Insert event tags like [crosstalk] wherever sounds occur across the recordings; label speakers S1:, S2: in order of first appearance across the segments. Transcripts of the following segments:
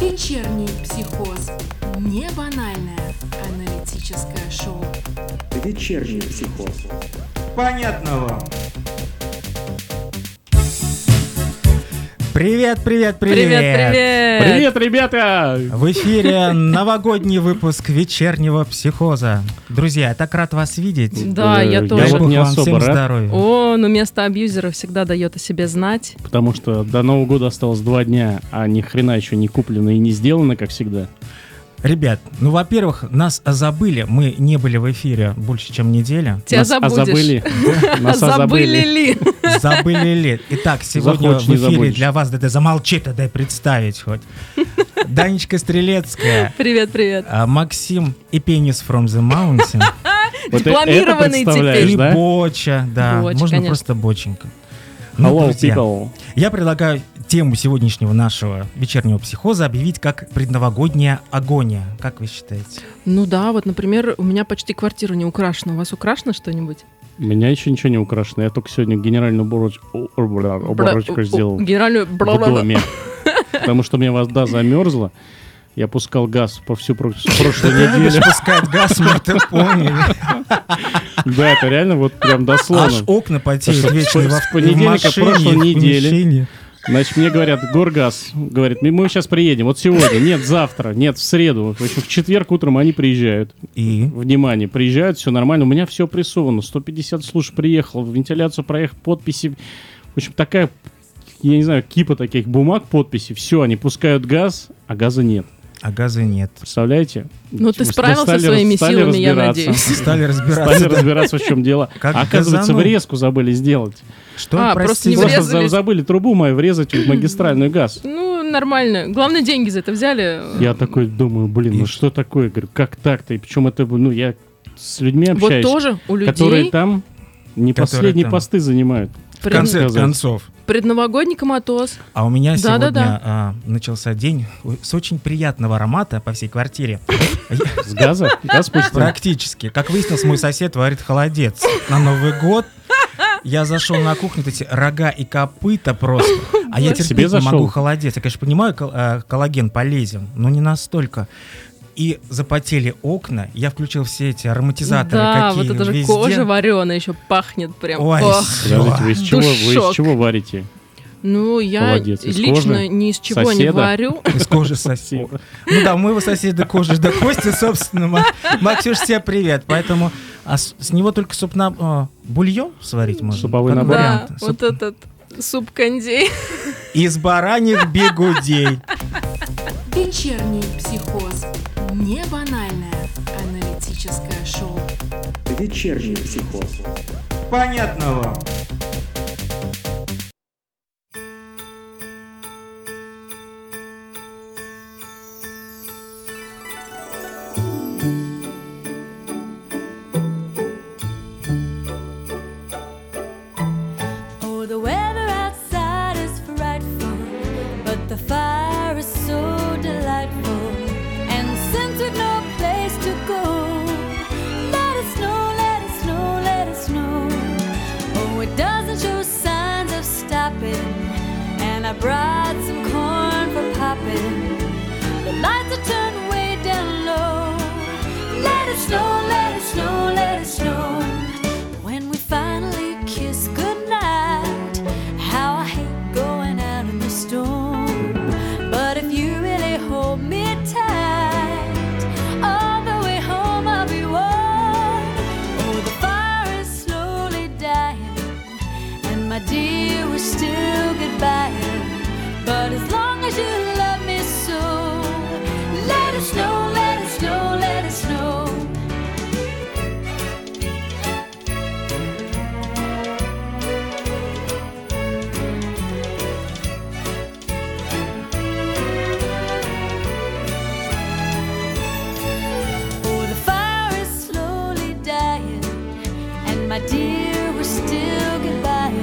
S1: Вечерний психоз. Не банальное аналитическое шоу.
S2: Вечерний психоз.
S3: Понятно вам.
S4: Привет, привет, привет!
S5: привет!
S6: Привет, ребята!
S4: В эфире новогодний выпуск вечернего психоза. Друзья, я так рад вас видеть.
S5: Да,
S6: Э,
S5: я
S6: я
S5: тоже.
S6: вот-
S4: Бог
S6: не
S4: вам
S6: особо
S4: всем
S6: рад.
S4: здоровья.
S5: О, но место абьюзера всегда дает о себе знать.
S6: Потому что до Нового года осталось два дня, а ни хрена еще не куплено и не сделано, как всегда.
S4: Ребят, ну, во-первых, нас забыли. Мы не были в эфире больше, чем неделя.
S5: Тебя
S6: Нас а
S5: забудешь. [laughs]
S6: забыли.
S5: А
S6: Нас
S5: забыли
S6: озабыли.
S5: ли? [laughs]
S4: Забыли ли? Итак, сегодня
S6: Захочешь,
S4: в
S6: не
S4: эфире
S6: забудешь.
S4: для вас, да ты замолчи, да дай представить хоть. Данечка Стрелецкая,
S5: Привет, привет.
S4: а, Максим и Пенис from the Mountain.
S6: Вот э- это
S5: Дипломированный
S6: представляешь,
S5: теперь.
S4: И
S6: да?
S4: Боча, да.
S5: Боча,
S4: Можно
S5: конечно.
S4: просто Боченька. Ну,
S6: Hello,
S4: друзья,
S6: people.
S4: Я предлагаю тему сегодняшнего нашего вечернего психоза объявить как предновогодняя агония. Как вы считаете?
S5: Ну да, вот, например, у меня почти квартира не украшена. У вас украшено что-нибудь?
S6: У меня еще ничего не украшено. Я только сегодня генеральную уборочку,
S5: Бра-
S6: уборочку
S5: у-
S6: сделал в
S5: Генеральную... бра-бра-бра.
S6: доме. Потому что у меня вода замерзла. Я пускал газ по всю про-
S4: [laughs]
S6: прошлую
S4: Ты любишь
S6: неделю.
S4: пускать газ, мы
S6: [laughs]
S4: это поняли.
S6: Да, это реально вот прям
S4: Аж
S6: дословно.
S4: окна потеют
S6: Потому что
S4: вечно
S6: с-
S4: во-
S6: с
S4: в
S6: понедельника
S4: машине,
S6: прошлой
S4: в
S6: недели.
S4: помещении.
S6: Значит, мне говорят, Горгаз, говорит, мы сейчас приедем, вот сегодня, нет, завтра, нет, в среду. В общем, в четверг утром они приезжают.
S4: И
S6: Внимание, приезжают, все нормально, у меня все прессовано, 150 служб приехал, вентиляцию проехал, подписи. В общем, такая, я не знаю, кипа таких бумаг, подписи, все, они пускают газ, а газа нет.
S4: а газа нет.
S6: Представляете?
S5: Ну, ты
S6: Мы
S5: справился
S6: стали-
S5: своими
S6: стали
S5: силами, я
S6: разбираться.
S5: надеюсь. [laughs]
S4: Стали разбираться.
S6: Стали
S4: да.
S6: разбираться, в чем дело. А
S4: Как
S6: Оказывается,
S4: газанул.
S6: врезку забыли сделать.
S4: Что,
S5: А, просто
S4: простите?
S5: не
S6: Просто
S5: врезались.
S6: за- забыли трубу мою врезать в магистральную газ.
S5: Ну, нормально. Главное, деньги за это взяли.
S6: Я такой думаю, блин,
S4: И
S6: ну что такое? Говорю, как так-то? И причем это, ну, я с людьми
S5: Вот
S6: общаюсь,
S5: тоже у
S6: которые
S5: людей
S6: там не
S4: Которые
S6: последние
S4: там.
S6: посты занимают.
S4: В
S5: пред-
S4: конце
S6: сказать.
S4: концов.
S5: предновогодний коматоз.
S4: А у меня
S5: Да-да-да.
S4: сегодня а, начался день с очень приятного аромата по всей квартире.
S6: С газа?
S4: [laughs]
S6: Газ пустил.
S4: Практически. Как выяснилось, мой сосед варит холодец на Новый год. Я зашел на кухню, вот эти рога и копыта просто. А я терпеть
S6: Себе
S4: не
S6: зашел?
S4: могу холодец. Я, конечно, понимаю, кол- э, коллаген полезен, но не настолько. И запотели окна. Я включил все эти ароматизаторы,
S5: Да,
S4: какие ну,
S5: вот это же
S4: везде.
S5: кожа вареная еще пахнет прям.
S4: Ой,
S5: Ох.
S6: Подождите, вы из чего, вы
S5: Душок.
S6: из чего варите?
S5: Ну, я
S6: Холодец из
S5: лично
S6: кожи?
S5: ни из чего не
S6: Соседа? [laughs]
S5: варю.
S4: [laughs] из кожи соседа. Ну да, у моего соседа кожа до кости, собственно. Ма- Максюш, тебе привет. Поэтому а с, с него только супна, э, бульон сварить можно.
S6: Суповой
S4: Как
S6: набор.
S5: Да,
S4: вариант. Суп-
S5: вот этот суп-кондей.
S4: Из бараньих бегудей.
S1: Вечерний психоз. Не банальное аналитическое шоу.
S2: Вечерний психоз.
S3: Понятно вам.
S7: Oh, the weather outside is frightful, but the fire is so delightful. And since we've no place to go, let it snow, let it snow, let it snow. Oh, it doesn't show signs of stopping, and I brought some corn for popping. The lights are turned way down low. Let it snow, let it snow, let it snow. When we finally kiss goodnight, how I hate going out in the storm. But if you really hold me tight, all the way home I'll be warm. Oh, the fire is slowly dying, and my dear, we're still goodbye. But as long as you love me so, let it snow, let it snow, let it snow. Oh, the fire is slowly dying, and my dear, we're still goodbye.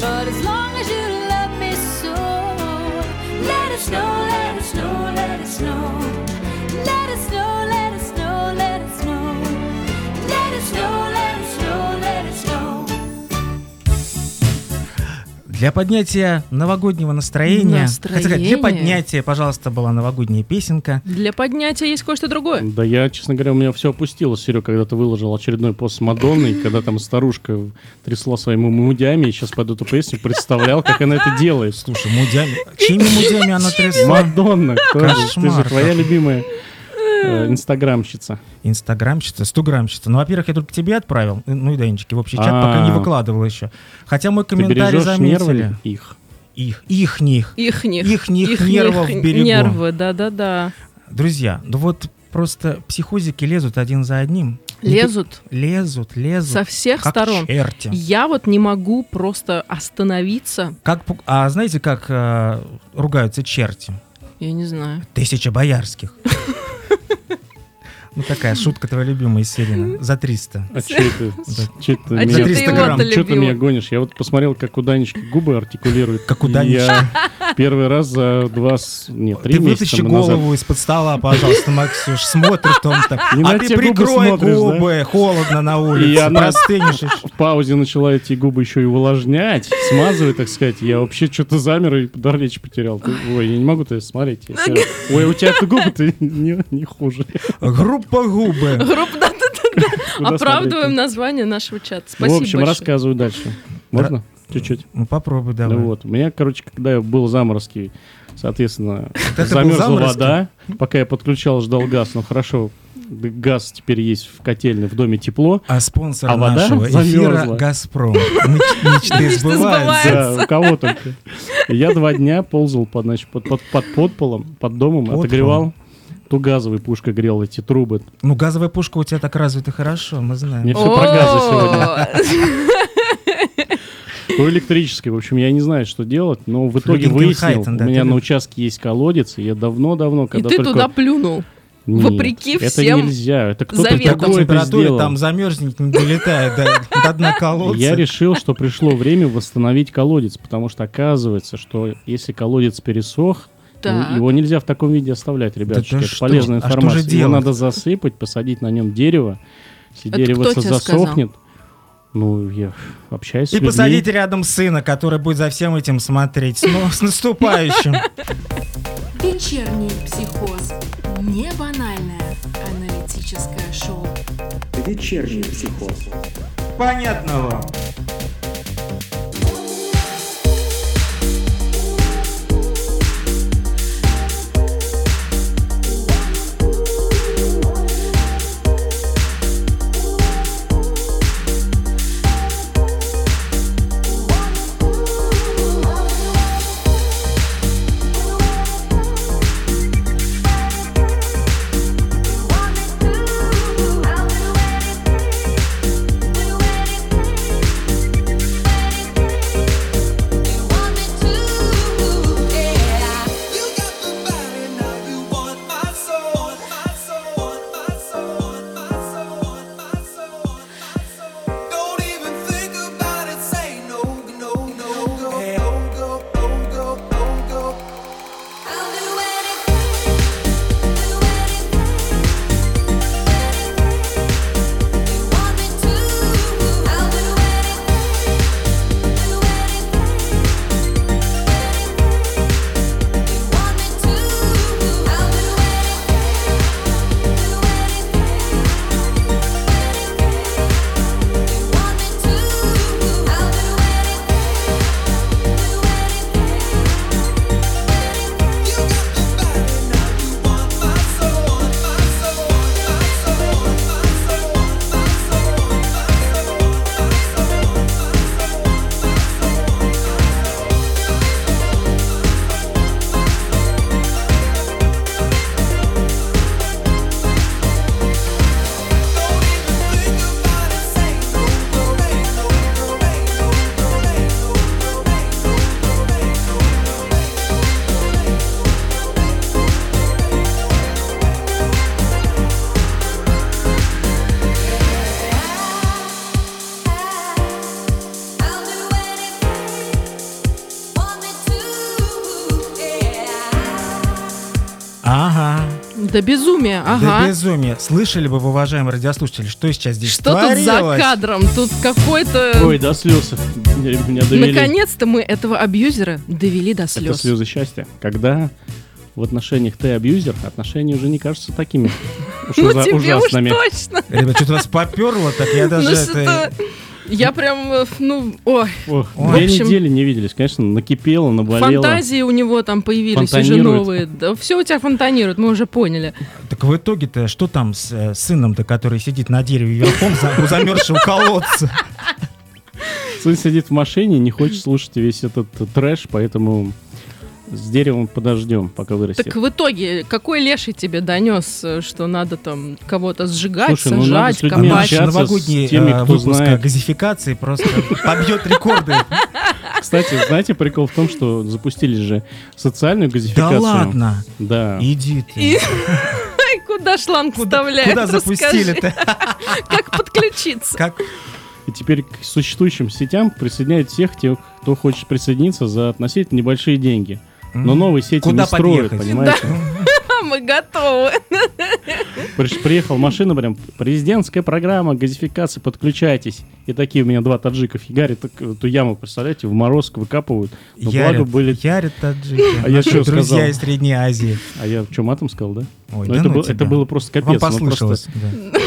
S7: But as long as you love me so, let it
S4: Для поднятия новогоднего настроения.
S5: Настроения?
S4: Хотя, для поднятия, пожалуйста, была новогодняя песенка.
S5: Для поднятия есть кое-что другое.
S6: Да я, честно говоря, у меня все опустилось, Серег, когда ты выложил очередной пост с Мадонной, когда там старушка трясла своими мудями, и сейчас под эту песню представлял, как она это делает.
S4: Слушай, мудями. Чьими мудями она трясла?
S6: Мадонна, кто же? ты же
S4: Кошмар
S6: твоя
S4: какой.
S6: любимая э, инстаграмщица.
S4: Инстаграмщица, стуграмщица. Ну, во-первых, я только тебе отправил, ну и Данечке, в общий чат пока не
S6: А.
S4: выкладывал еще. Хотя мой
S6: Ты
S4: комментарий
S6: бережешь
S4: заметили.
S6: нервы их.
S4: Их, их, них.
S5: Ихних.
S4: Ихних нервов берегу.
S5: Нервы, да-да-да.
S4: Друзья, ну вот просто психозики лезут один за одним.
S5: Лезут
S4: Лезут, лезут.
S5: со всех
S4: как
S5: сторон.
S4: черти.
S5: Я вот не могу просто остановиться.
S4: Как, пу- а знаете, как э, ругаются черти?
S5: Я не знаю.
S4: Тысяча боярских. Ну, такая шутка твоя любимая, Сирина. За 300.
S6: А чё это?
S4: Да.
S6: Чё ты
S5: [laughs] А
S6: меня-
S5: чё ты
S4: 300 грамм.
S5: его-то
S6: Чё ты меня
S5: любил?
S6: гонишь? Я вот посмотрел, как у Данечки губы артикулирует.
S4: Как у
S6: И
S4: Данечки.
S6: я Первый раз за два, с- нет, три
S4: Ты вытащи
S6: месяца назад.
S4: голову из-под стола, пожалуйста, Максюш. Смотришь там так.
S6: Не
S4: А
S6: на
S4: ты
S6: те губы
S4: прикрой
S6: смотришь, да?
S4: губы. Холодно
S6: И
S4: на улице.
S6: она-
S4: Простынешь. и
S6: [laughs]
S4: ш-
S6: В паузе начала эти губы еще и увлажнять, смазывать, так сказать. Я вообще что-то замер и дар речи потерял. Ты- ой, я не могу тебя смотреть. Я тебя- ой, у тебя губы-то [laughs] не, не хуже.
S4: Группа губы.
S5: Группа, да,
S6: [laughs] Куда
S5: Оправдываем
S6: смотреть-то? Ну,
S5: название нашего чата. Спасибо
S6: В общем,
S5: большое.
S6: рассказываю дальше. Можно? Чуть-чуть.
S4: Ну, попробуй
S6: Ну
S4: давай.
S6: вот, у меня, короче, когда был заморозки, соответственно,
S4: был
S6: замерзла
S4: заморозки?
S6: вода, пока я подключал, ждал газ, ну хорошо, г- газ теперь есть в котельной, в доме тепло.
S4: А спонсор
S6: А вода
S4: нашего эфира
S6: замерзла. [laughs]
S4: «Газпром». Меч- Мечты сбываются.
S6: Да, у кого только. Я два дня ползал под, значит, под, под, под подполом, под домом,
S4: Подполом.
S6: отогревал. То газовой пушкой грел эти трубы.
S4: Ну, газовая пушка у тебя так развита хорошо, мы
S6: Мне
S4: знаем.
S6: все про газы сегодня.
S5: сегодня.
S6: По электрической, в общем, я не знаю, что делать, но в итоге
S4: Флюгенкенхайтен,
S6: выяснил,
S4: да,
S6: у меня
S4: ты
S6: на
S4: люб-
S6: участке есть колодец, и я давно-давно,
S5: [laughs] И
S6: когда
S5: ты
S6: только...
S5: туда плюнул.
S6: Нет,
S5: вопреки
S6: это
S5: всем
S6: нельзя, это кто-то
S5: заветам.
S4: При такой
S6: такое это
S4: температуре
S6: сделал.
S4: там замерзнет, не [laughs] долетает до, до дна колодца.
S6: Я решил, что пришло время восстановить колодец, потому что оказывается, что если колодец пересох,
S5: Так.
S6: ну, его нельзя в таком виде оставлять, ребятушки.
S4: ты
S6: это
S4: что?
S6: полезная
S4: А что же
S6: информация. его
S4: делать?
S6: надо засыпать, посадить на нем дерево. Если
S5: Это
S6: дерево
S5: кто
S6: со-
S5: тебе сказал?
S6: засохнет, ну, я общаюсь с
S4: И
S6: людьми.
S4: посадить рядом сына, который будет за всем этим смотреть. Ну, с наступающим.
S1: Вечерний психоз. Не банальное аналитическое шоу.
S2: Вечерний психоз.
S3: Понятно вам.
S8: Do anything, do anything.
S5: До безумия,
S4: Да
S5: ага.
S4: безумие. Слышали бы вы, уважаемые радиослушатели, что сейчас здесь
S5: Что тут за
S4: творилось?
S5: кадром? Тут какой-то...
S6: Ой, до слез. Меня довели.
S5: Наконец-то мы этого абьюзера довели до
S6: Это
S5: слез.
S6: слезы счастья. Когда в отношениях ты абьюзер, отношения уже не кажутся такими уж
S5: [laughs] Ну
S6: ужа-
S5: тебе уж
S6: ужасными.
S5: точно.
S4: Ребят, что-то вас поперло, так я даже
S5: Ну
S4: это...
S5: что-то... Я прям, э, ну, ой,
S6: Ох,
S4: Ой.
S6: Две
S5: В общем,
S6: недели не виделись, конечно, накипело, наболело.
S5: фантазии у него там появились уже
S6: Фонтанирует.
S5: новые. Да все у тебя фонтанирует, мы уже поняли.
S4: Так в итоге-то что там с э, сыном-то, который сидит на дереве верхом за- у замерзшего колодца?
S6: Сын сидит в машине, не хочет слушать весь этот трэш, поэтому с деревом подождем, пока вырастет.
S5: Так в итоге, какой леший тебе донес, э, что надо там кого-то сжигать,
S6: Слушай, ну надо
S5: сажать,
S6: с людьми
S5: копать?
S6: общаться.
S4: Наш
S6: общаться с
S4: новогодний
S6: теми,
S4: э,
S6: кто
S4: выпуск о
S6: знает.
S4: газификации просто побьет рекорды.
S6: Кстати, знаете, прикол в том, что запустили же социальную
S4: Да
S6: газификацию.
S4: ладно,
S6: Да.
S4: иди
S5: И-
S4: ты.
S5: Ай, Куда шланг вставляют?
S4: Куда
S5: Расскажи,
S4: запустили-то?
S5: Как подключиться?
S4: Как
S6: И теперь к существующим сетям присоединяют всех тех, кто хочет присоединиться за относительно небольшие деньги. Но
S4: М.
S6: новые сети
S4: Куда
S6: не строят,
S4: подъехать?
S6: понимаете?
S5: А, Мы готовы.
S6: Приш- Приехала машина, прям президентская программа, газификация, подключайтесь. И такие у меня два таджиков Ягари так, эту яму, представляете, в мороз выкапывают. Но благо
S4: Ярит,
S6: были.
S4: Ярит таджики.
S6: А я
S4: Наши
S6: чё
S4: Друзья
S6: сказал?
S4: из Средней Азии.
S6: А я что, матом сказал, да?
S4: Ой,
S6: Ну,
S4: да
S6: это,
S4: ну
S6: было,
S4: тебя.
S6: это было просто капец.
S4: Вам
S6: ну, просто-
S4: послышалось. да.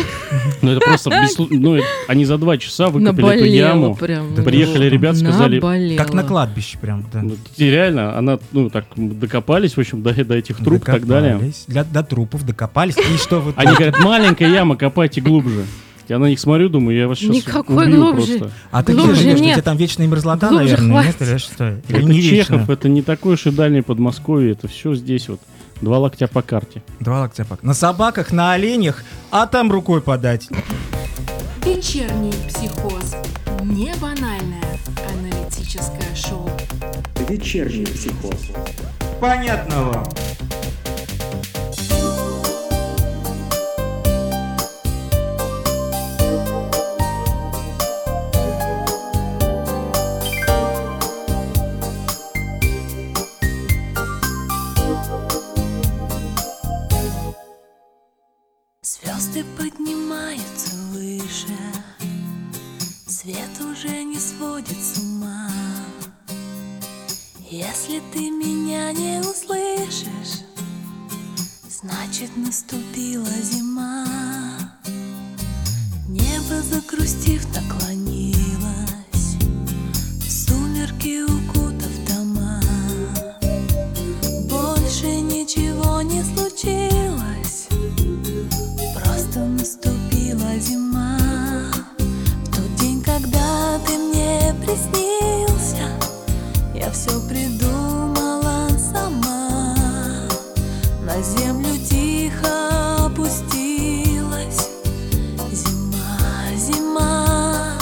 S6: Ну, это просто... беслу- Ну, это- они за два часа выкопали эту
S5: Наболело
S6: яму.
S5: прям.
S4: Да
S6: Приехали ребят, сказали...
S5: Наболело.
S4: Как на кладбище прям, да.
S6: Ну, и реально, она, ну, так, докопались, в общем, до, до этих труб и так далее. А
S4: Докопались. Для- до трупов докопались. И что вы
S6: Они
S4: тут?
S6: говорят, маленькая яма, копайте глубже. Я на них смотрю, думаю, я вас сейчас
S5: Никакой
S6: убью
S5: глубже.
S6: просто.
S4: А ты где
S5: Глубже
S4: живешь? У
S5: нет.
S4: тебя там вечная мерзлота,
S5: Глубже
S4: наверное? Нет,
S5: хватит.
S4: или что? Или
S6: Это
S4: не
S6: Чехов,
S4: вечно?
S6: это не такое уж и дальнее Подмосковье, это все здесь вот. Два локтя по карте.
S4: Два локтя пока. На собаках, на оленях, а там рукой подать.
S1: Вечерний психоз. Не банальное аналитическое шоу.
S2: Вечерний психоз.
S9: Понятно вам.
S10: Звезды поднимаются выше, свет уже не сводит с ума. Если ты меня не услышишь, значит наступила зима. Небо загрустив наклонилось, в сумерки укутав дома. Больше ничего не случилось. Просто наступила зима В тот день, когда ты мне приснился Я все придумала сама На землю тихо опустилась Зима, зима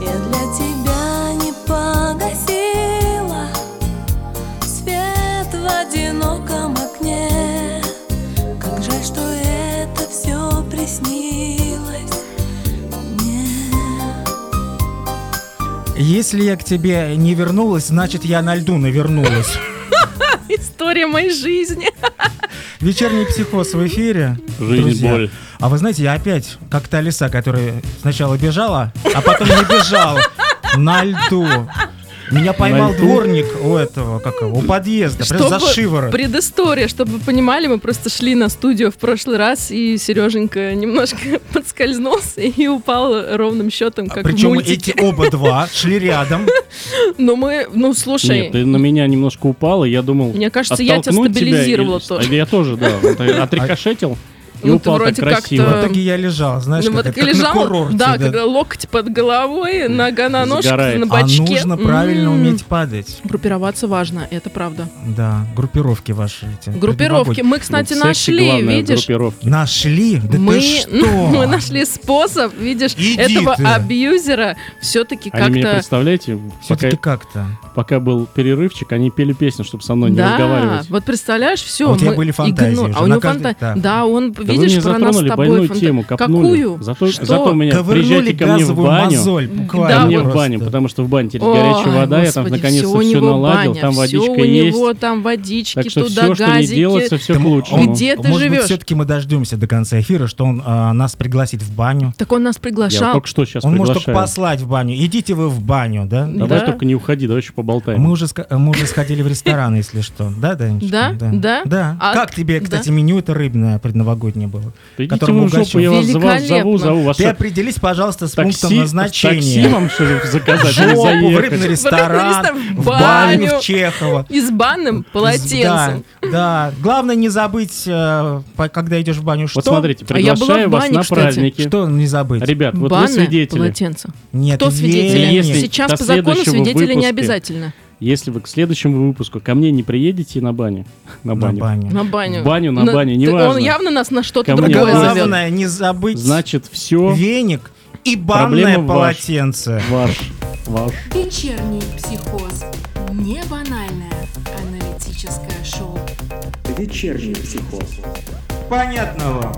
S10: Я для тебя не погасила Свет в одиноком окне как жаль, что это все приснилось мне.
S4: Если я к тебе не вернулась, значит, я на льду навернулась.
S5: История моей жизни.
S4: Вечерний психоз в эфире.
S6: Жизнь
S4: друзья.
S6: боль.
S4: А вы знаете, я опять как та лиса, которая сначала бежала, а потом не бежала. На льду. Меня поймал
S6: льду?
S4: дворник у этого, как его, у подъезда, прям за
S5: Чтобы-
S4: шиворот.
S5: Предыстория, чтобы вы понимали, мы просто шли на студию в прошлый раз, и Сереженька немножко [laughs] подскользнулся и упал ровным счетом, как в
S4: Причем
S5: мультике.
S4: А эти оба два шли рядом.
S5: Но мы, ну, слушай,
S6: Нет, ты на меня немножко упала, я думал...
S5: Мне кажется, я тебя
S6: оттолкнуть тебя
S5: стабилизировала
S6: и-
S5: тоже.
S6: А Я тоже, да. Вот
S4: [laughs] А
S6: я Отрикошетил и
S5: Ну, ты
S6: упал так
S5: вроде как-то-
S4: В
S6: красиво.
S4: итоге я лежал, знаешь,
S5: ну,
S4: как,
S5: вот
S4: это,
S5: как
S4: как на
S5: лежал,
S4: курорте.
S5: да,
S4: да.
S5: когда локть под головой, нога на ножке,
S6: Загорает.
S5: на
S6: А
S4: А
S5: бачке. М-м.
S4: нужно правильно
S5: М.
S4: уметь падать.
S5: Группироваться важно, это правда.
S4: Да, группировки ваши эти.
S5: Группировки. Мы, кстати,
S6: Вот в сексе
S5: нашли,
S6: Ну, главное
S5: видишь,
S6: группировка.
S4: Нашли? Да
S5: мы,
S4: ты
S5: [laughs]
S4: что?
S5: мы нашли способ, видишь,
S4: Иди
S5: этого
S4: ты.
S5: абьюзера все-таки
S6: Они меня,
S5: как-то...
S6: представляете, пока,
S4: Все-таки как-то.
S6: пока был перерывчик, они пели песню, чтобы со мной Ну, не
S5: да,
S6: разговаривать.
S5: вот представляешь, все.
S4: А у тебя были фантазии уже,
S5: А у
S4: на
S5: него
S4: каждый-
S5: фантазии.
S4: да.
S5: Да, он,
S6: Да вы
S5: Видишь,
S6: мне
S5: про нас с
S6: затронули
S5: тобой
S6: больную
S5: фанта-
S6: тему, копнули.
S5: Какую?
S6: Зато,
S5: Что?
S6: зато меня
S4: Ковырнули
S6: приезжайте ко мне в
S4: газовую
S6: баню.
S4: мозоль,
S6: Ко
S4: буквально
S6: мне в
S4: просто.
S6: баню, потому что в бане теперь
S5: Ой,
S6: горячая вода, я там
S5: господи,
S6: наконец-то
S5: всё у
S6: все
S5: него
S6: наладил,
S5: баня,
S6: там
S5: всё
S6: водичка
S5: у
S6: есть.
S5: него там водички,
S6: Так что
S5: туда
S6: все, что не
S5: газики.
S6: делается, все к
S4: Тому-
S6: лучшему.
S5: Где ты
S4: Может
S5: живешь?
S4: быть, все-таки мы дождемся до конца эфира, что он а, нас пригласит в баню.
S5: Так он нас
S6: Я
S5: приглашал.
S6: вот только что сейчас
S4: он может только
S6: приглашаю.
S4: послать в баню. Идите вы в баню, да?
S6: Давай
S5: Да.
S6: только не уходи, давай еще поболтаем.
S4: Мы уже, ска- мы уже сходили в ресторан, если что. Да, Данечка?
S5: Да? Да?
S4: Да.
S5: А-
S4: Как тебе,
S5: да.
S4: кстати, меню это рыбное предновогоднее было?
S6: Да идите
S4: которому
S6: вы в жопу,
S4: угощу.
S6: я вас зову,
S5: Великолепно.
S6: зову, зову. Вас
S4: Ты
S6: что,
S4: определись, пожалуйста, с пунктом
S6: такси, с
S4: назначения.
S6: такси вам что ли заказать или
S4: Жопу, в рыбный
S6: заехать?
S4: ресторан,
S5: ресторан, в
S4: в баню,
S5: баню.
S4: в Чехово.
S5: И с банным полотенцем.
S4: Да, да. Главное не забыть, э, по- когда идешь в баню, что...
S6: Вот смотрите,
S5: А я была в
S6: приглашаю вас
S5: бане,
S6: на
S5: кстати.
S6: праздники.
S4: Что не забыть?
S6: Ребят, вот вы
S5: Банное
S6: свидетели.
S5: полотенце.
S4: Нет,
S5: Кто свидетели?
S4: нет,
S6: Если-
S5: Сейчас
S6: до
S5: по закону
S6: следующего
S5: свидетели не
S6: выпуска.
S5: обязательно.
S6: Если вы к следующему выпуску ко мне не приедете на бане, [laughs] на
S4: на
S6: баню,
S4: баню.
S5: На баню.
S6: В баню, на баню,
S5: ты-
S6: неважно.
S5: Он явно нас на что-то
S6: Ко мне
S5: другое
S6: в баню.
S5: зовет.
S4: Главное не забыть
S6: значит все
S4: веник и банное
S6: Проблема ваша.
S4: полотенце.
S6: ваш, ваш.
S1: Вечерний психоз. Не банальное аналитическое шоу.
S2: Вечерний психоз.
S3: Понятно вам.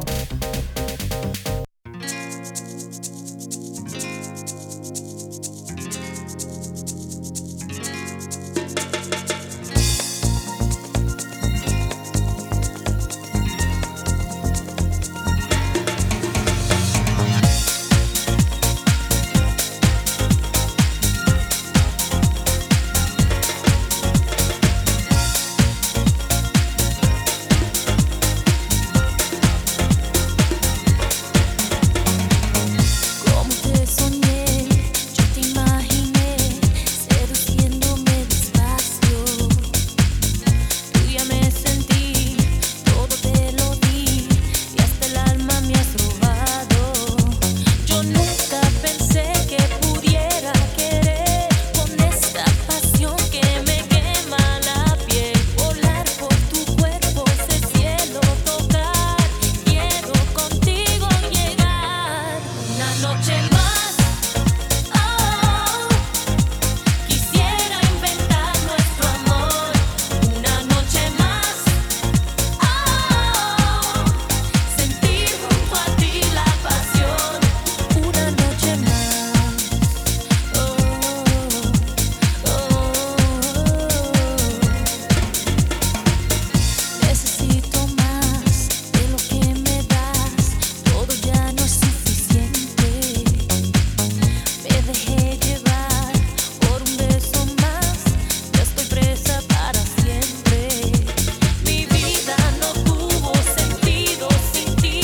S8: Como te soñé, yo te imaginé, seduciéndome despacio. Tú ya me sentí, todo te lo di, y hasta el alma me has robado. Yo nunca pensé que pudiera querer con esta pasión que me quema la piel. Volar por tu cuerpo, ese cielo tocar, quiero contigo llegar. Una noche más, oh. Quisiera inventar nuestro amor una noche más. Oh, sentir junto a ti la pasión una noche más. Oh, oh, Necesito más de lo que me das. Todo ya no es suficiente. Me dejé llevar por un beso más, ya estoy presa para siempre. Mi vida no tuvo sentido sin ti,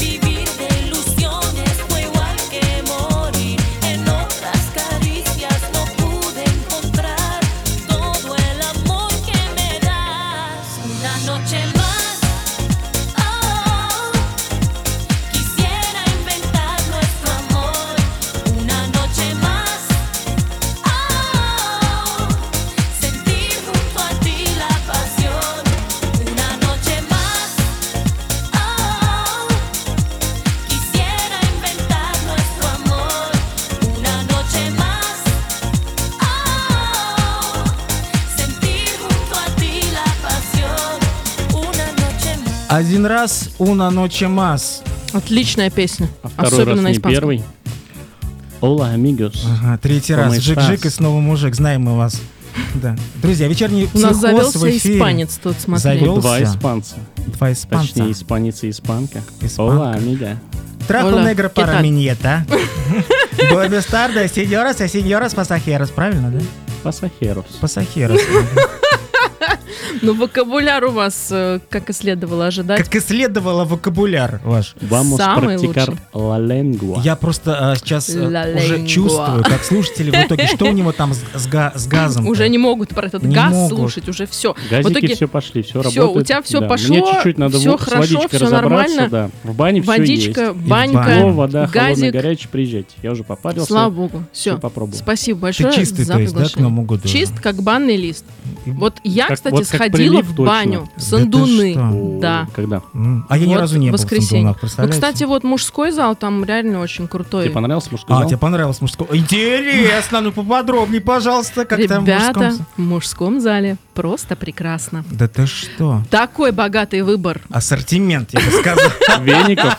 S8: vivir de ilusiones fue igual que morir. En otras caricias no pude encontrar todo el amor que me das. Una noche más, oh. Quisiera inventar nuestro amor una noche más. Oh, sentir junto a ti la pasión una noche más. Oh, quisiera inventar nuestro amor una noche más. Oh, sentir junto a ti la pasión una noche más.
S4: Один раз «Уна ночи мас».
S5: Отличная песня.
S6: А второй
S5: Особенно
S6: раз
S5: на
S6: не
S5: испанском.
S6: первый. Hola, amigos.
S4: Ага, третий
S6: Самый
S4: раз. Жик-жик и
S6: шанс.
S4: снова мужик. Знаем мы вас. Да. Друзья, вечерний
S5: У нас
S4: психоз в
S5: завелся
S4: эфире.
S5: испанец тут, смотри.
S4: Завел.
S6: Два
S4: Белся.
S6: испанца.
S4: Два испанца.
S6: Точнее, испанец и испанка.
S4: Испанка.
S6: Hola, amiga.
S4: Траху
S5: Hola,
S4: негра
S5: ¿qué
S4: пара
S5: tal? [laughs]
S4: миньета. Буэнос тардес, сеньорас, а сеньорас пасахерос. Правильно, да?
S6: Пасахерос.
S5: [laughs]
S4: Пасахерос.
S5: Ну, вокабуляр у вас, э, как и следовало ожидать.
S4: Как и следовало вокабуляр ваш.
S6: Vamos
S5: Самый
S6: practicar
S5: лучший.
S6: la lengua.
S4: Я просто а, сейчас э,
S5: La
S4: уже
S5: lengua.
S4: чувствую, как слушатели в итоге, что у него там с, с га- с газом.
S5: Уже не могут про этот
S4: Не
S5: газ
S4: могут.
S5: слушать, уже все.
S6: Газики
S5: в итоге
S6: все пошли, все,
S5: всё,
S6: работает.
S5: у тебя всё
S6: Да,
S5: пошло,
S6: Мне чуть-чуть надо
S5: всё
S6: вот с
S5: хорошо,
S6: водичкой
S5: всё
S6: разобраться,
S5: нормально.
S6: да. В бане все
S5: водичка,
S6: есть.
S5: банька,
S4: баня.
S6: Тепло, вода, холодная,
S5: газик.
S6: горячая, приезжайте. Я уже попарился.
S5: Слава богу,
S6: всё
S5: все.
S6: попробовал.
S5: Спасибо
S4: Ты
S5: большое
S4: чистый,
S5: за
S4: то есть, да, к
S5: приглашение.
S4: Новому году?
S5: Чист, как банный лист. Вот я,
S6: Как-
S5: кстати,
S6: вот как
S5: ходила
S6: прилив
S5: в
S6: точно.
S5: баню.
S4: Да ты
S5: Сандуны.
S4: что?
S5: Да.
S6: Когда?
S4: М, А я ни
S5: Вот
S4: разу не был в
S5: воскресенье.
S4: Сандунах,
S5: Ну,
S4: представляете?
S5: кстати, вот мужской зал там реально очень крутой.
S6: Тебе понравился мужской
S4: А,
S5: ну.
S6: зал?
S4: тебе понравилось мужское? Интересно, ну поподробнее, пожалуйста, как там в мужском...
S5: Ребята,
S4: с-
S5: в мужском зале просто прекрасно.
S4: Да ты что?
S5: Такой богатый выбор
S4: Ассортимент, я бы
S5: [laughs]
S4: сказал.
S6: Веников?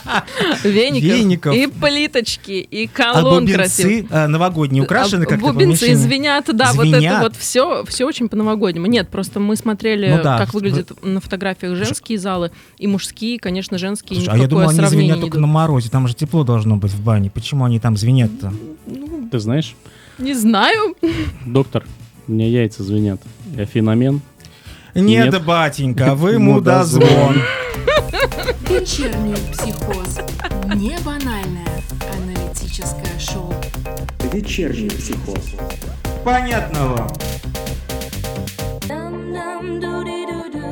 S5: веников,
S4: Веников.
S5: и плиточки, и
S4: А
S5: колонн красивых.
S4: бубенцы э, новогодние украшены
S5: А
S4: как-то
S5: Бубенцы
S4: помещение?
S5: из Венята, да, вот это
S4: Звенят.
S5: вот все, все очень по-новогоднему. Нет, просто мы смотрели,
S4: Ну да.
S5: как выглядят на фотографиях женские залы и мужские, конечно, женские
S4: Слушай, а
S5: никакое
S4: я думал, они
S5: сравнение
S4: звенят
S5: не
S4: только на
S5: идут.
S4: морозе. Там же тепло должно быть в бане. Почему они там звенят-то?
S6: Ты знаешь,
S5: Не знаю. [laughs]
S6: доктор, у меня яйца звенят. Я феномен.
S4: Нет,
S6: Нет.
S4: батенька, вы
S6: Мудозвон.
S4: мудозвон.
S1: Вечерний психоз. Не банальное аналитическое шоу.
S2: Вечерний психоз.
S3: Понятно вам.
S8: Dum dum doo dee doo doo.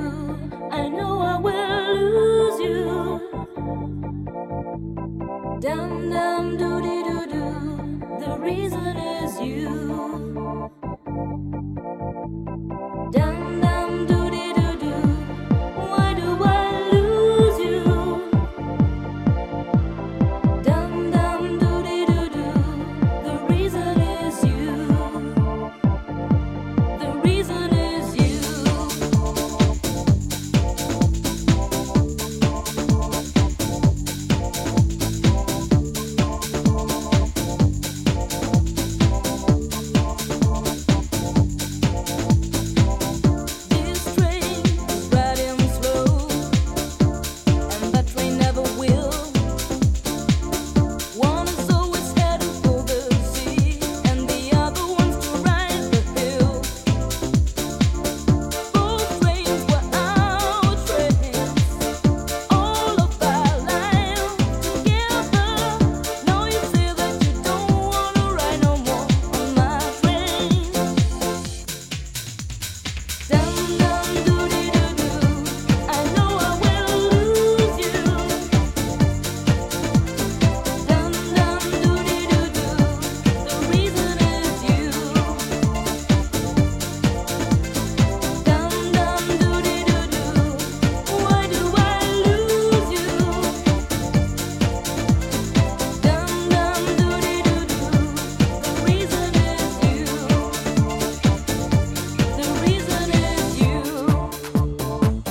S8: I know I will lose you. Dum dum doo dee doo doo. The reason is you. Dum dum doo dee doo doo. Why do I lose you? Dum dum doo dee doo doo. The reason is you. The reason is you. This train is riding slow, and that train never will. One is always headed for the sea, and the other wants to rise the hill. Both trains were our trains, all of our lives together. Now you say that you don't wanna ride no more on my train. Dum dum doo dee doo doo, I know I will lose you. Dum dum doo dee doo doo, the reason is you. Dum dum doo dee doo doo, why do I lose you? Dum dum doo dee doo doo, the reason is you. The reason is you.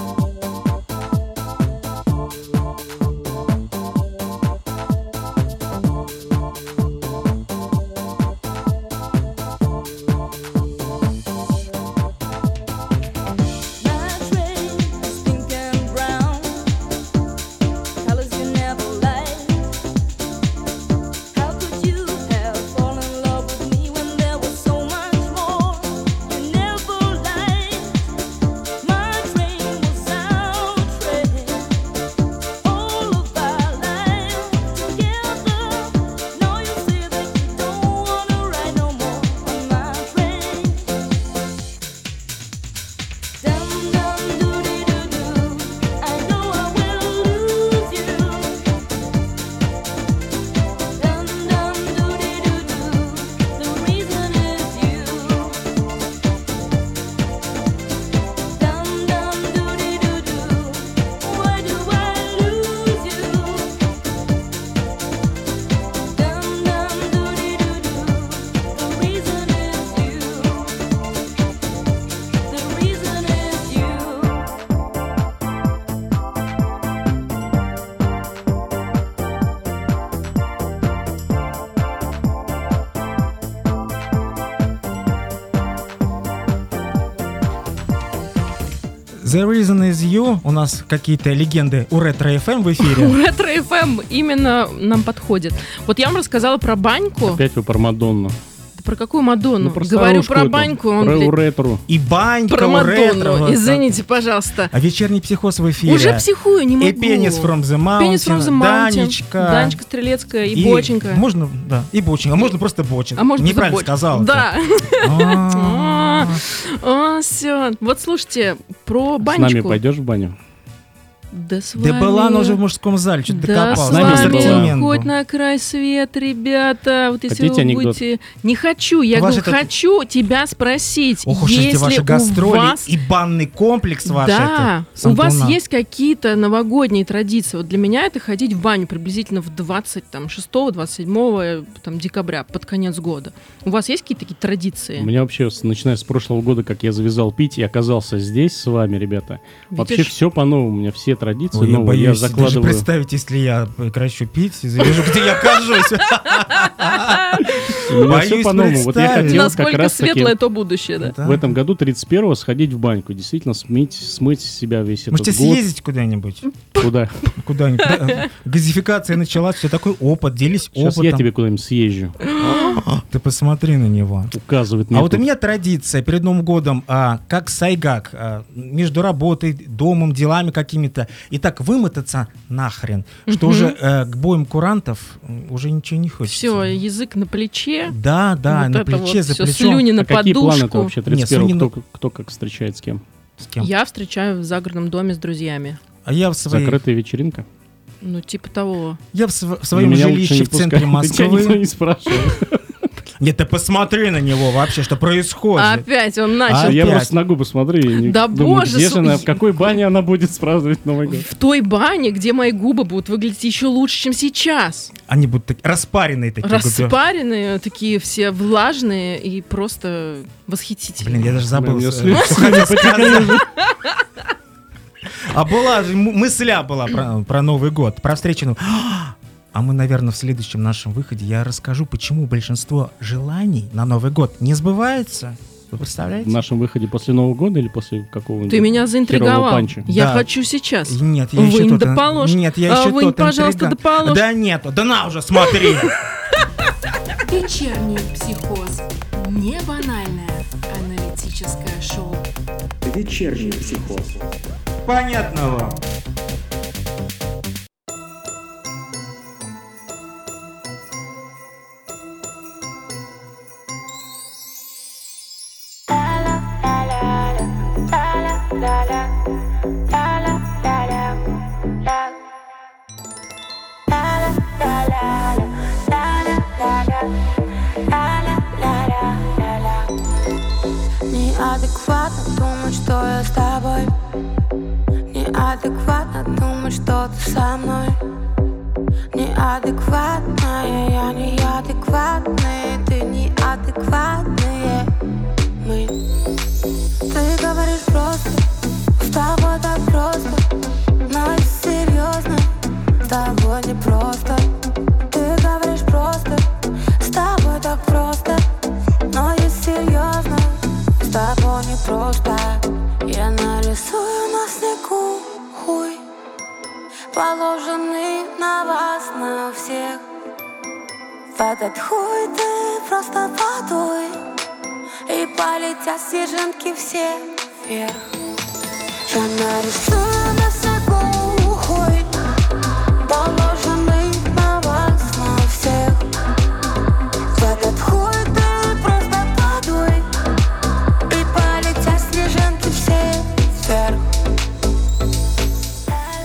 S8: My train is pink and brown, colors you never liked. How could you have fallen in love with me when there was so much more you never liked? My train was our train, all of our lives together. Now you say that you don't wanna ride no more on my train. Dum dum doo dee doo doo, I know I will lose you. Dum dum doo dee doo doo, the reason is you. Dum dum doo dee doo doo, why do I lose you? Dum dum doo dee doo doo, the reason is you. The reason is you.
S4: The Reason Is You. У нас какие-то легенды у Ретро FM в эфире.
S5: Ретро ФМ именно нам подходит. Вот я вам рассказала про баньку.
S6: Опять вы про Мадонну.
S5: Про какую Мадонну?
S6: Ну, про
S5: Говорю
S6: старушку
S5: про
S6: эту,
S5: баньку, он,
S6: про
S5: блядь,
S6: уретру.
S4: И банька
S5: про
S4: у ретро.
S5: Мадонну.
S4: вот
S5: Извините, пожалуйста.
S4: так. А вечерний психоз в эфире.
S5: Уже психую, не могу.
S4: И пенис from the mountain.
S5: Пенис from the Mountain,
S4: Данечка.
S5: Данечка Стрелецкая и, Боченька.
S4: Можно, да, и боченька. А можно просто боченька.
S5: А может,
S4: Неправильно
S5: забочь.
S4: сказал.
S5: Да. [laughs]
S4: А. [laughs]
S5: А, все. Вот слушайте, про
S6: С нами
S5: банечку.
S6: пойдешь в баню?
S5: Да с
S4: Да была она
S5: вами-
S4: уже в мужском зале, что-то
S5: Да, с
S4: докопалась.
S6: Знаете,
S5: вами
S6: была.
S4: ассортимент был.
S5: хоть на край свет, ребята. Вот если
S6: Хотите
S5: вы
S6: анекдот?
S5: будете... Не хочу, я
S4: Ваш
S5: говорю,
S4: этот-
S5: хочу тебя спросить,
S4: Ох уж
S5: если
S4: эти ваши
S5: у
S4: гастроли
S5: вас...
S4: и банный комплекс ваш.
S5: да,
S4: этот,
S5: у вас
S4: Сантуна.
S5: есть какие-то новогодние традиции. Вот для меня это ходить в баню приблизительно в 26-27 э, там, декабря, под конец года. У вас есть какие-то такие
S6: У
S5: традиции?
S6: меня вообще, с- начиная с прошлого года, как я завязал пить и оказался здесь с вами, ребята, вообще
S5: Видишь?
S6: все по-новому, у меня все традиции
S4: Ой, я
S6: новые,
S4: боюсь
S6: Ну, я
S4: даже
S6: закладываю.
S4: представить, если я прекращу пить и завяжу, [laughs] где я окажусь.
S6: У меня все
S4: боюсь
S6: по-новому. Вот я
S4: представить.
S6: хотел как
S5: Насколько
S6: раз таки
S5: светлое то будущее, да?
S4: Да.
S6: в этом году 31-го сходить в баньку, действительно смыть, смыть с себя весь этот
S4: Можете
S6: год.
S4: съездить куда-нибудь?
S6: Куда?
S4: [laughs] Куда-нибудь. Да, э, Газификация началась, все такой опыт, делись
S6: Сейчас я
S4: опытом.
S6: тебе куда-нибудь съезжу.
S4: Ты посмотри на него.
S6: Указывает мне.
S4: А вот у
S6: тут.
S4: меня традиция перед Новым годом, а, как сайгак, а, между работой, домом, делами какими-то, и так вымотаться нахрен, что уже э, к боем курантов м, уже ничего не хочется.
S5: Все, язык на плече.
S4: Да, да,
S5: Вот
S4: на
S5: это
S4: плече,
S5: вот
S4: за
S5: всё,
S4: плечом.
S5: слюни на
S6: А какие планы-то
S5: подушку.
S6: вообще
S4: Не, ну,
S6: 31-го?
S4: Сонин-
S6: Кто, как- кто как встречает с кем?
S4: С кем?
S5: Я встречаю в загородном доме с друзьями.
S4: А я в, своей-
S6: Закрытая вечеринка?
S5: Ну, типа того.
S4: я в, св- в своем
S6: Меня лучше не
S4: жилище в центре
S6: пускают. [laughs] Тебя никто
S4: Москвы.
S6: не спрашивает.
S4: Нет, ты посмотри на него вообще, что происходит.
S5: Опять он
S4: А,
S5: начал.
S6: Я
S4: Опять.
S6: просто на губы смотрю. и не-
S5: Да
S6: думаю,
S5: боже,
S6: где же
S5: су-
S6: она, в какой бане она будет праздновать Новый год?
S5: В той бане, где мои губы будут выглядеть еще лучше, чем сейчас.
S4: Они будут так- распаренные такие. губы.
S5: Распаренные, такие все влажные и просто восхитительные.
S4: Блин, я даже
S6: Блин,
S4: забыл.
S6: у меня
S4: э,
S6: слюни
S4: что хотел сказать. А была же м- мысля была про, про Новый год, про встречу. Ну, А мы, наверное, в следующем нашем выходе я расскажу, почему большинство желаний на Новый год не сбывается. Вы
S6: В
S4: представляете?
S6: нашем выходе после Нового года или после какого-нибудь?
S5: Ты меня
S6: херового
S5: заинтриговал.
S6: панча?
S5: Я
S4: Да.
S5: хочу сейчас.
S4: Нет, я
S5: Вынь
S4: еще тот.
S5: да
S4: ин-
S5: положь.
S4: Нет, я
S5: А,
S4: еще
S5: вынь,
S4: тот
S5: пожалуйста, да
S4: интриган.
S5: положь.
S4: Да нет, да на уже, смотри.
S1: Вечерний психоз. Не банальное аналитическое шоу.
S2: Вечерний психоз.
S3: Понятно вам.
S11: Неадекватно думать, что я с тобой Неадекватно думать, что ты со мной Неадекватная, я неадекватная Ты неадекватная Мы Ты говоришь просто С тобой так просто Но и серьезно С тобой не просто Ты говоришь просто С тобой так просто но и серьезно, с тобой не просто Я нарисую на снегу хуй Положенный на вас, на всех В этот хуй ты просто подуй И полетят снежинки все вверх Я нарисую на снегу хуй Положенный на вас, на всех в этот хуй ты просто падуй И полетят снежинки все вверх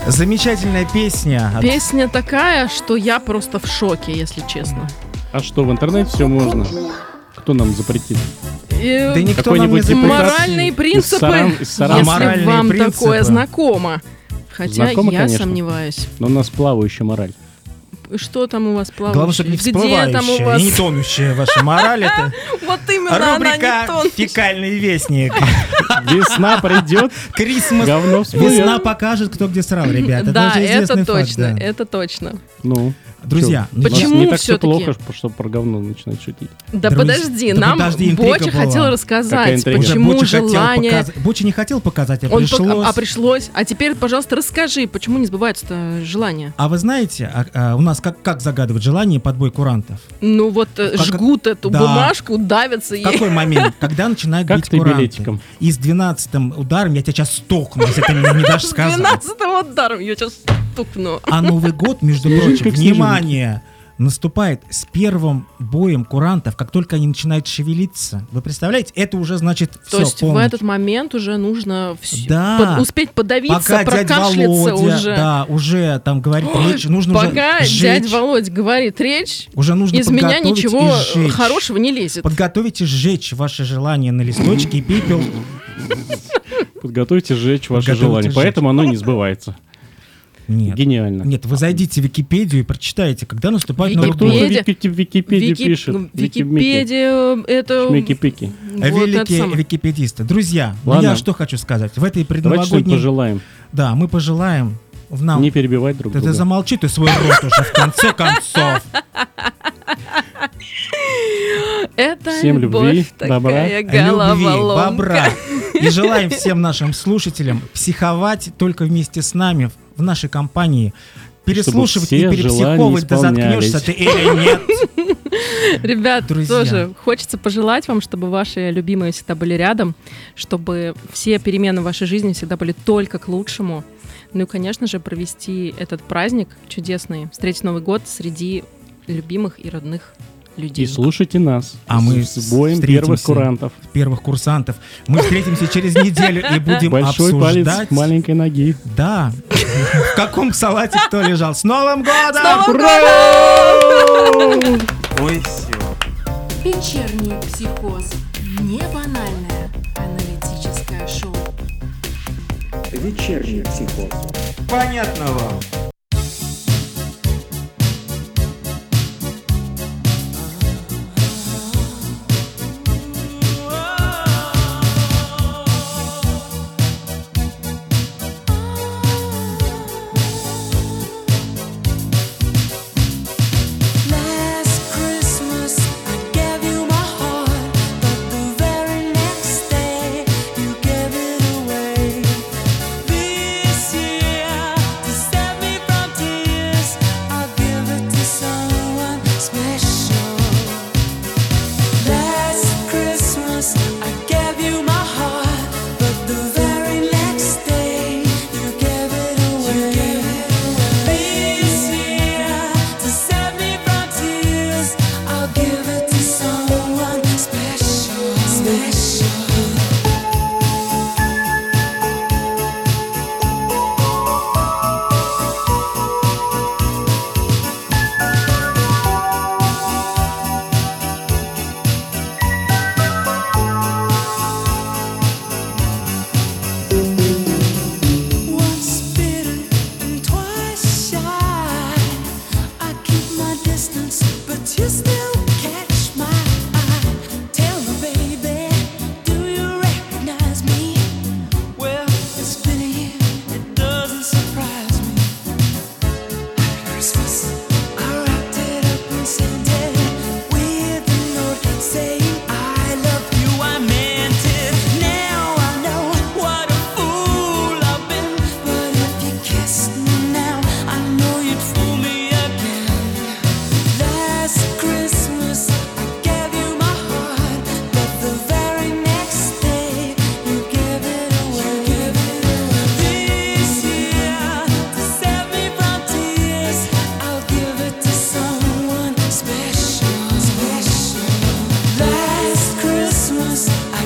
S4: Замечательная песня. от-
S5: Песня такая, что я просто в шоке, если честно.
S6: А что, в интернете все можно? Кто нам запретит?
S5: И
S4: Да никто нам не
S6: какой-нибудь
S4: запретит.
S5: моральные принципы,
S6: сарам- из сарам.
S5: если
S4: Моральные
S5: вам
S4: принципы.
S5: такое знакомо. Хотя
S6: Знакомо,
S5: я
S6: конечно.
S5: сомневаюсь.
S6: Но у нас плавающая мораль.
S5: Что там у вас плавающее?
S4: Главное, чтобы не
S5: Где там у
S4: всплывающая
S5: вас?
S4: и не тонущая ваша мораль.
S5: [laughs]
S4: Это
S5: Вот именно она не
S4: рубрика
S5: тонет.
S4: «Фекальный вестник».
S6: Весна придет,
S4: Крисмас
S6: говно
S4: Весна
S6: всплывет.
S4: покажет, кто где срал, ребята.
S5: Да,
S4: уже
S5: это
S4: известный факт,
S5: точно,
S4: да.
S5: это точно.
S6: Ну,
S4: Друзья,
S6: чё, у нас
S5: Почему
S6: не так все
S5: всё-таки?
S6: плохо, чтобы про говно начинать шутить?
S5: Да
S4: Друзь-
S5: подожди,
S4: да
S5: нам
S4: подожди, интрига
S5: Боча
S4: была.
S5: хотел
S6: Какая
S5: рассказать,
S6: интрига?
S4: Уже
S5: почему
S4: Боча хотел
S5: желание...
S4: показать- Боча не хотел показать, а
S5: Он пок-
S4: пришлось.
S5: а, а пришлось. А теперь, пожалуйста, расскажи, почему не сбываются желания?
S4: А вы знаете, а- а у нас как, как загадывать желание под бой курантов?
S5: Ну вот э,
S4: Как-
S5: жгут эту
S4: Да.
S5: бумажку, давятся
S4: В
S5: ей.
S4: какой момент? Когда начинают
S6: Как
S4: бить
S6: ты
S4: куранты?
S6: билетиком?
S4: И с 12 ударом я тебя сейчас стукну, если ты мне не дашь
S5: С [laughs]
S4: сказать.
S5: 12 ударом я сейчас стукну.
S4: А Новый год, между прочим,
S6: как снежинка.
S4: внимание, наступает с первым боем курантов, как только они начинают шевелиться. Вы представляете? Это уже значит
S5: То
S4: всё,
S5: есть в
S4: полночь.
S5: этот момент уже нужно вс-
S4: Да.
S5: под- успеть подавиться,
S4: Пока дядь
S5: прокашляться
S4: Володя,
S5: уже. [gasps]
S4: да, уже там говорит речь, нужно
S5: Пока
S4: уже
S5: дядь
S4: сжечь.
S5: Володь говорит речь,
S4: уже нужно
S5: из меня
S4: подготовить
S5: ничего
S4: и сжечь.
S5: хорошего не лезет.
S4: Подготовить и сжечь ваши желания на листочке и пепел.
S6: Подготовьте сжечь ваше
S4: Подготовьте
S6: желание.
S4: сжечь.
S6: Поэтому оно не сбывается.
S4: Нет.
S6: Гениально.
S4: Нет, вы зайдите в Википедию и прочитаете, когда наступает
S6: Да
S4: Новый
S6: кто
S4: год.
S6: же
S5: Википедия-
S6: Вики- Википедию
S5: Вики-
S6: пишет? Википедия.
S5: Википедия, это...
S6: Шмики-пики.
S5: вот это
S4: Великие
S5: самое.
S4: википедисты. Друзья, ну
S6: Ладно.
S4: я что хочу сказать. В
S6: Давайте
S4: этой
S6: что-нибудь
S4: предновогодней...
S6: пожелаем.
S4: Да, мы пожелаем в нам...
S6: Не перебивать друг
S4: Да ты
S6: друга.
S4: замолчи ты свой рот уже, в конце
S5: [laughs]
S4: концов.
S5: Это
S6: Всем
S5: любовь
S6: любви,
S5: такая
S6: добра,
S5: головоломка.
S4: Любви,
S5: [laughs]
S4: бобра. И желаем всем нашим слушателям психовать только вместе с нами, в нашей компании. Переслушивать и
S6: все
S4: перепсиховывать, да
S6: желания
S4: заткнешься ты или нет.
S5: Ребят,
S4: Друзья.
S5: тоже хочется пожелать вам, чтобы ваши любимые всегда были рядом, чтобы все перемены в вашей жизни всегда были только к лучшему. Ну и, конечно же, провести этот праздник чудесный, встретить Новый год среди любимых и родных людей.
S6: И слушайте нас.
S4: А мы
S6: с с боем
S4: встретимся.
S6: первых курантов.
S4: Первых курсантов. Мы встретимся через неделю и будем
S6: Большой
S4: обсуждать.
S6: палец маленькой ноги.
S4: Да. В каком салате кто лежал? С Новым годом!
S3: Ой, все.
S1: Вечерний психоз. Не банальное аналитическое шоу.
S2: Вечерний психоз.
S3: Понятно вам.
S11: Last Christmas I gave you my heart, but the very next day you gave it away. This year to save me from tears, I'll give it to someone special. Last Christmas I gave you my heart, but the very next day you gave it away. This year to save me from tears, I'll give it to someone special, special. Once bitter and twice shy. I keep my distance, but you still catch my eye. Tell me, baby, do you recognize me? Well, it's been a year, it doesn't surprise me. Happy Christmas. I wrapped it up and sent it with a note saying I love you. I meant it. Now I know what a fool I've been. But if you kissed me now, I know you'd fool me again. Last Christmas I gave you my heart, but the very next day you gave it away. This year to save me from tears, I'll give it to someone special. Last Christmas I
S8: Oh, oh,